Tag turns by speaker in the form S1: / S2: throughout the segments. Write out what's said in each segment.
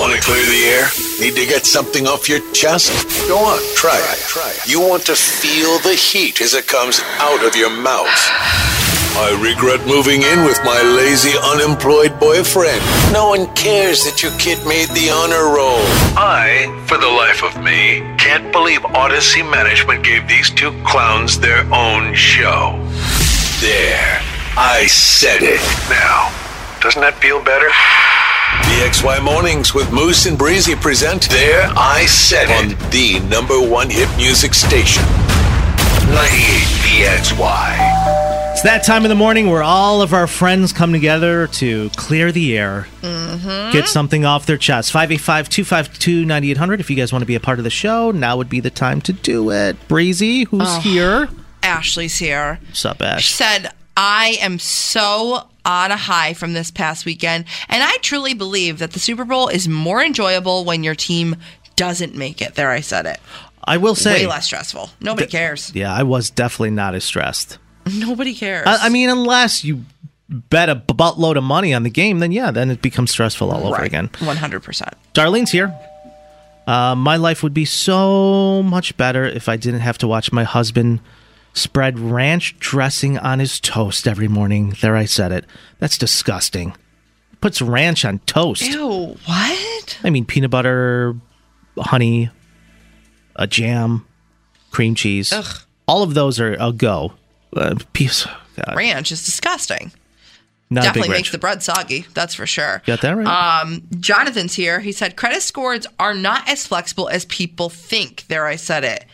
S1: Want to clear the air? Need to get something off your chest? Go on, try, it. Try it. You want to feel the heat as it comes out of your mouth. I regret moving in with my lazy, unemployed boyfriend. No one cares that your kid made the honor roll. I, for the life of me, can't believe Odyssey Management gave these two clowns their own show. There, I said it. Now, doesn't that feel better? BXY Mornings with Moose and Breezy present There I Said It on the number one hit music station. 98 BXY.
S2: It's that time of the morning where all of our friends come together to clear the air,
S3: Mm-hmm.
S2: get something off their chest. 585 252 9800. If you guys want to be a part of the show, now would be the time to do it. Breezy, who's here?
S3: Ashley's here.
S2: What's up,
S3: She
S2: Ash?
S3: said, I am so on a high from this past weekend. And I truly believe that the Super Bowl is more enjoyable when your team doesn't make it. There, I said it.
S2: I will say.
S3: Way less stressful. Nobody cares.
S2: Yeah, I was definitely not as stressed.
S3: Nobody cares.
S2: I, I mean, unless you bet a buttload of money on the game, then yeah, then it becomes stressful all over
S3: Right.
S2: again.
S3: 100%.
S2: Darlene's here. Uh, my life would be so much better if I didn't have to watch my husband spread ranch dressing on his toast every morning. There, I said it. That's disgusting. Puts ranch on toast.
S3: Ew, what?
S2: I mean, peanut butter, honey, a jam, cream cheese.
S3: Ugh.
S2: All of those are a go. Uh, piece. God,
S3: Ranch is disgusting.
S2: not a
S3: Definitely
S2: big ranch.
S3: makes the Uh, bread soggy. That's for sure.
S2: Got that right.
S3: Jonathan's here. He said credit scores are not as flexible as people think. There, I said it.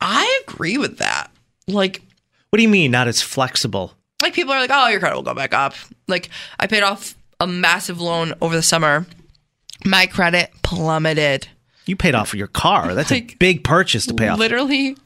S3: I agree with that. Like,
S2: what do you mean not as flexible?
S3: like people are like, oh, your credit will go back up. Like, I paid off a massive loan over the summer. My credit plummeted.
S2: You paid off your car. That's a
S3: Like,
S2: big purchase to pay off.
S3: Literally,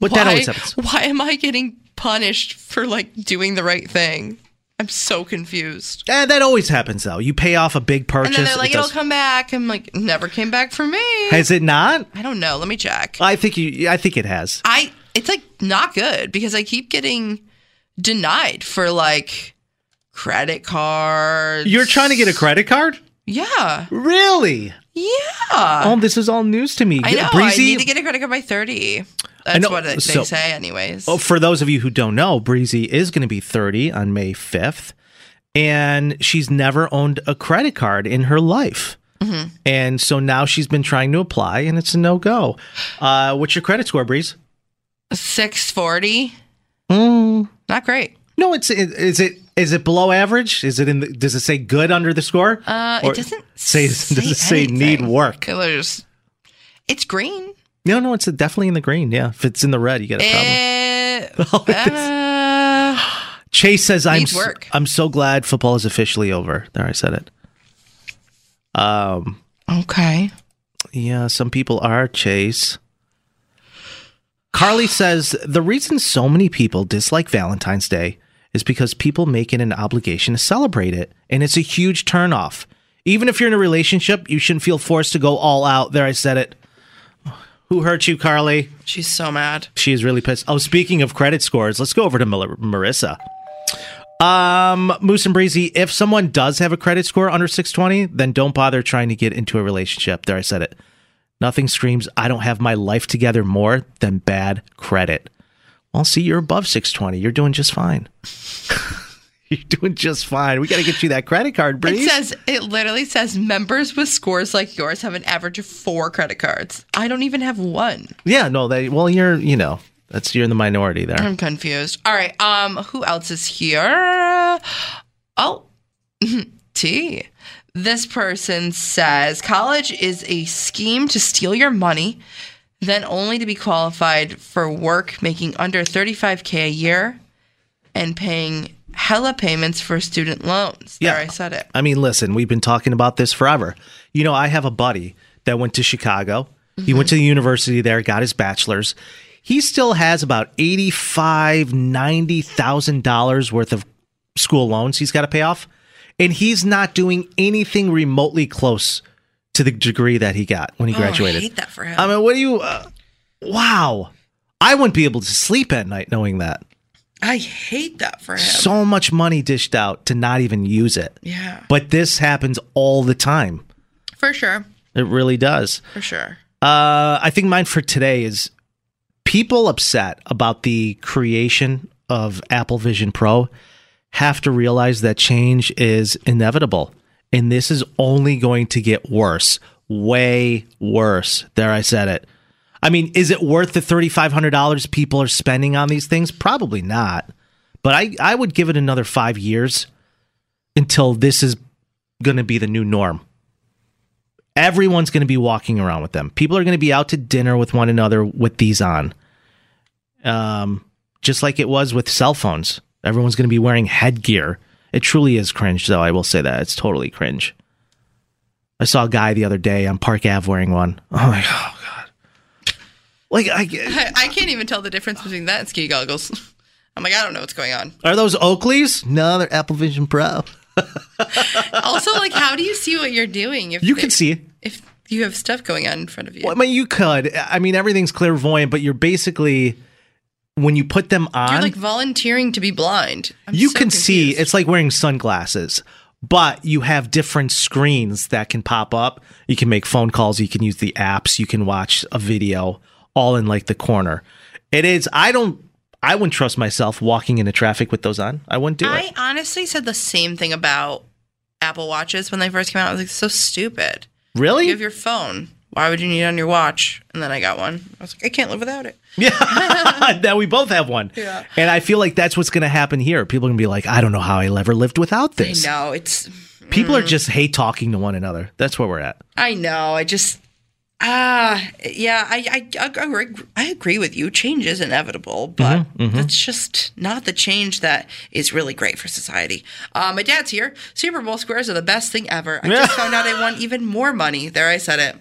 S2: But
S3: why,
S2: that always happens.
S3: why am I getting punished for like doing the right thing? I'm so confused.
S2: Eh, that always happens, though. You pay off a big
S3: And
S2: purchase.
S3: then they're like,
S2: it
S3: it'll
S2: does-
S3: come back. I'm like, never came back for me.
S2: Has it not?
S3: I don't know. Let me check.
S2: I think you. I think it has.
S3: I it's like not good because I keep getting denied for like credit cards.
S2: You're trying to get a credit card?
S3: yeah,
S2: Really?
S3: yeah.
S2: oh, this is all news to me.
S3: I know.
S2: Breezy.
S3: I need to get a credit card by thirty. That's
S2: know,
S3: what they, they
S2: so-
S3: say, anyways.
S2: Oh, for those of you who don't know, Breezy is going to be 30 on May 5th, and she's never owned a credit card in her life.
S3: Mm-hmm.
S2: And so now she's been trying to apply, and it's a no go. Uh, what's your credit score, Breeze?
S3: Six forty. Not great.
S2: No, it's it, is it is it below average? Is it in? The, does it say good under the score?
S3: Uh,
S2: Or
S3: it doesn't
S2: say. does it say need
S3: anything.
S2: work?
S3: It was- it's green.
S2: No, no, it's definitely in the green. Yeah, if it's in the red, you got a problem.
S3: Eh,
S2: Oh, it is.
S3: uh,
S2: Chase says, "I'm
S3: Needs
S2: s-
S3: work.
S2: I'm so glad football is officially over." There, I said it. Um,
S3: okay.
S2: yeah, some people are Chase. Carly says the reason so many people dislike Valentine's Day is because people make it an obligation to celebrate it, and it's a huge turnoff. Even if you're in a relationship, you shouldn't feel forced to go all out. There, I said it. Who hurt you, Carly?
S3: She's so mad.
S2: She is really pissed. Oh, speaking of credit scores, let's go over to Mar- Marissa. Um, Moose and Breezy, if someone does have a credit score under 620, then don't bother trying to get into a relationship. There, I said it. Nothing screams, I don't have my life together more than bad credit. Well, see, you're above 620. You're doing just fine. you're doing just fine. We got to get you that credit card, Breeze.
S3: It says it literally says members with scores like yours have an average of four credit cards. I don't even have one.
S2: yeah, no, they, well, you're, you know, that's, you're in the minority there.
S3: I'm confused. All right. Um, who else is here? Oh, T. This person says college is a scheme to steal your money, then only to be qualified for work making under 35k a year and paying hella payments for student loans. There,
S2: Yeah.
S3: I said it.
S2: I mean, listen, we've been talking about this forever. You know, I have a buddy that went to Chicago. He went to the university there, got his bachelor's. He still has about eighty-five, ninety thousand dollars worth of school loans he's got to pay off, and he's not doing anything remotely close to the degree that he got when he
S3: Oh, I
S2: graduated. Um,
S3: hate that for him.
S2: I mean, what do you? Uh, wow, I wouldn't be able to sleep at night knowing that.
S3: I hate that for him.
S2: So much money dished out to not even use it.
S3: yeah.
S2: But this happens all the time.
S3: For sure.
S2: It really does.
S3: For sure.
S2: Uh, I think mine for today is people upset about the creation of Apple Vision Pro have to realize that change is inevitable. And this is only going to get worse, way worse. There, I said it. I mean, is it worth the $3,500 people are spending on these things? Probably not. But I, I would give it another five years until this is going to be the new norm everyone's going to be walking around with them. People are going to be out to dinner with one another with these on. Um, just like it was with cell phones. Everyone's going to be wearing headgear. It truly is cringe, though. I will say that. It's totally cringe. I saw a guy the other day on Park Ave wearing one. Oh, my God. Like, I,
S3: I, I can't even tell the difference between that and ski goggles. I'm like, I don't know what's going on.
S2: are those Oakleys? No, they're Apple Vision Pro.
S3: Also, like, how do you see what you're doing? If
S2: You
S3: they-
S2: can see.
S3: if you have stuff going on in front of you.
S2: Well, I mean, you could. I mean, everything's clairvoyant, but you're basically, when you put them on,
S3: You're like volunteering to be blind. I'm
S2: you
S3: so
S2: can see
S3: confused.
S2: it's like wearing sunglasses but you have different screens that can pop up you can make phone calls you can use the apps you can watch a video all in like the corner it is i don't i wouldn't trust myself walking into traffic with those on i wouldn't do
S3: I
S2: it
S3: honestly said the same thing about Apple Watches when they first came out. I was like, so stupid. You have
S2: really
S3: your phone. Why would you need it on your watch? And then I got one. I was like, I can't live without it.
S2: yeah that we both have one
S3: Yeah.
S2: and i feel like that's what's going to happen here people are going to be like i don't know how i ever lived without
S3: I
S2: this
S3: know it's.
S2: people
S3: Hmm.
S2: are just hate talking to one another that's where we're at
S3: I know. I just. Ah, yeah. I I, I agree, I agree with you. Change is
S2: Mm-hmm,
S3: inevitable, but that's just not the change that is really great for society. Uh, my dad's here. Super Bowl squares are the best thing ever. I just found out I won even more money. There, I said it.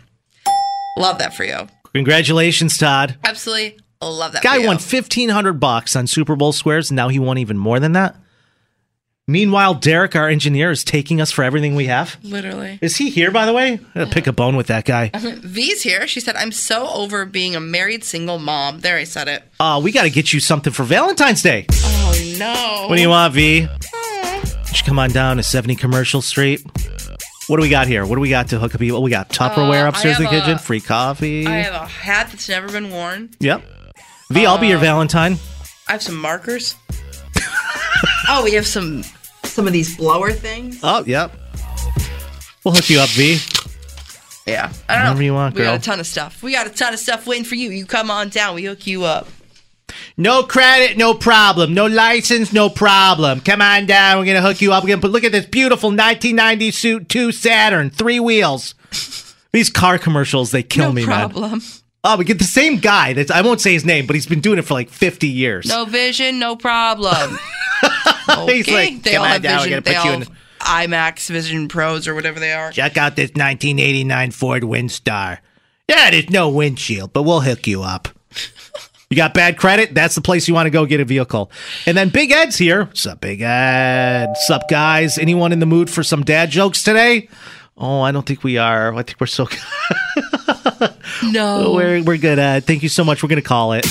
S3: Love that for you.
S2: congratulations todd
S3: Absolutely love that.
S2: guy
S3: for you.
S2: won 1500 bucks on super bowl squares now he won even more than that meanwhile derek our engineer is taking us for everything we have
S3: literally.
S2: is he here by the way i gotta pick a bone with that guy
S3: Uh-huh. V's here. She said, "I'm so over being a married single mom." There, I said it.
S2: uh, we gotta get you something for valentine's day
S3: Oh no.
S2: what do you want v Why don't you come on down to 70 commercial street what do we got here what do we got to hook up people we got tupperware
S3: Uh, I
S2: upstairs in the
S3: have a-
S2: kitchen free coffee
S3: I have a hat that's never been worn.
S2: yep v i'll
S3: Uh,
S2: be your valentine
S3: I have some markers. oh, we have some some of these blower things.
S2: oh yep we'll hook you up v
S3: Yeah, I don't
S2: Whatever
S3: know.
S2: you want,
S3: we
S2: girl.
S3: got a ton of stuff. We got a ton of stuff waiting for you. You come on down. We hook you up.
S2: No credit, no problem. No license, no problem. Come on down. We're gonna hook you up. We're gonna put, look at this beautiful 1990 suit, two Saturn, three wheels. These car commercials, they kill
S3: no
S2: me, man.
S3: problem.
S2: Oh, we get the same guy. That's I won't say his name, but he's been doing it for like 50 years.
S3: No vision, no problem. okay.
S2: He's like,
S3: they
S2: "Come
S3: all
S2: on
S3: have
S2: down, we're gonna
S3: vision. They
S2: put you in
S3: all have IMAX Vision Pros or whatever they are.
S2: Check out this 1989 Ford Windstar. Yeah, there's no windshield, but we'll hook you up. You got bad credit? That's the place you want to go get a vehicle. And then Big Ed's here. Sup, Big Ed? Sup, guys? Anyone in the mood for some dad jokes today? Oh, I don't think we are. I think we're so
S3: No.
S2: we're we're good. Uh, thank you so much. We're gonna call it.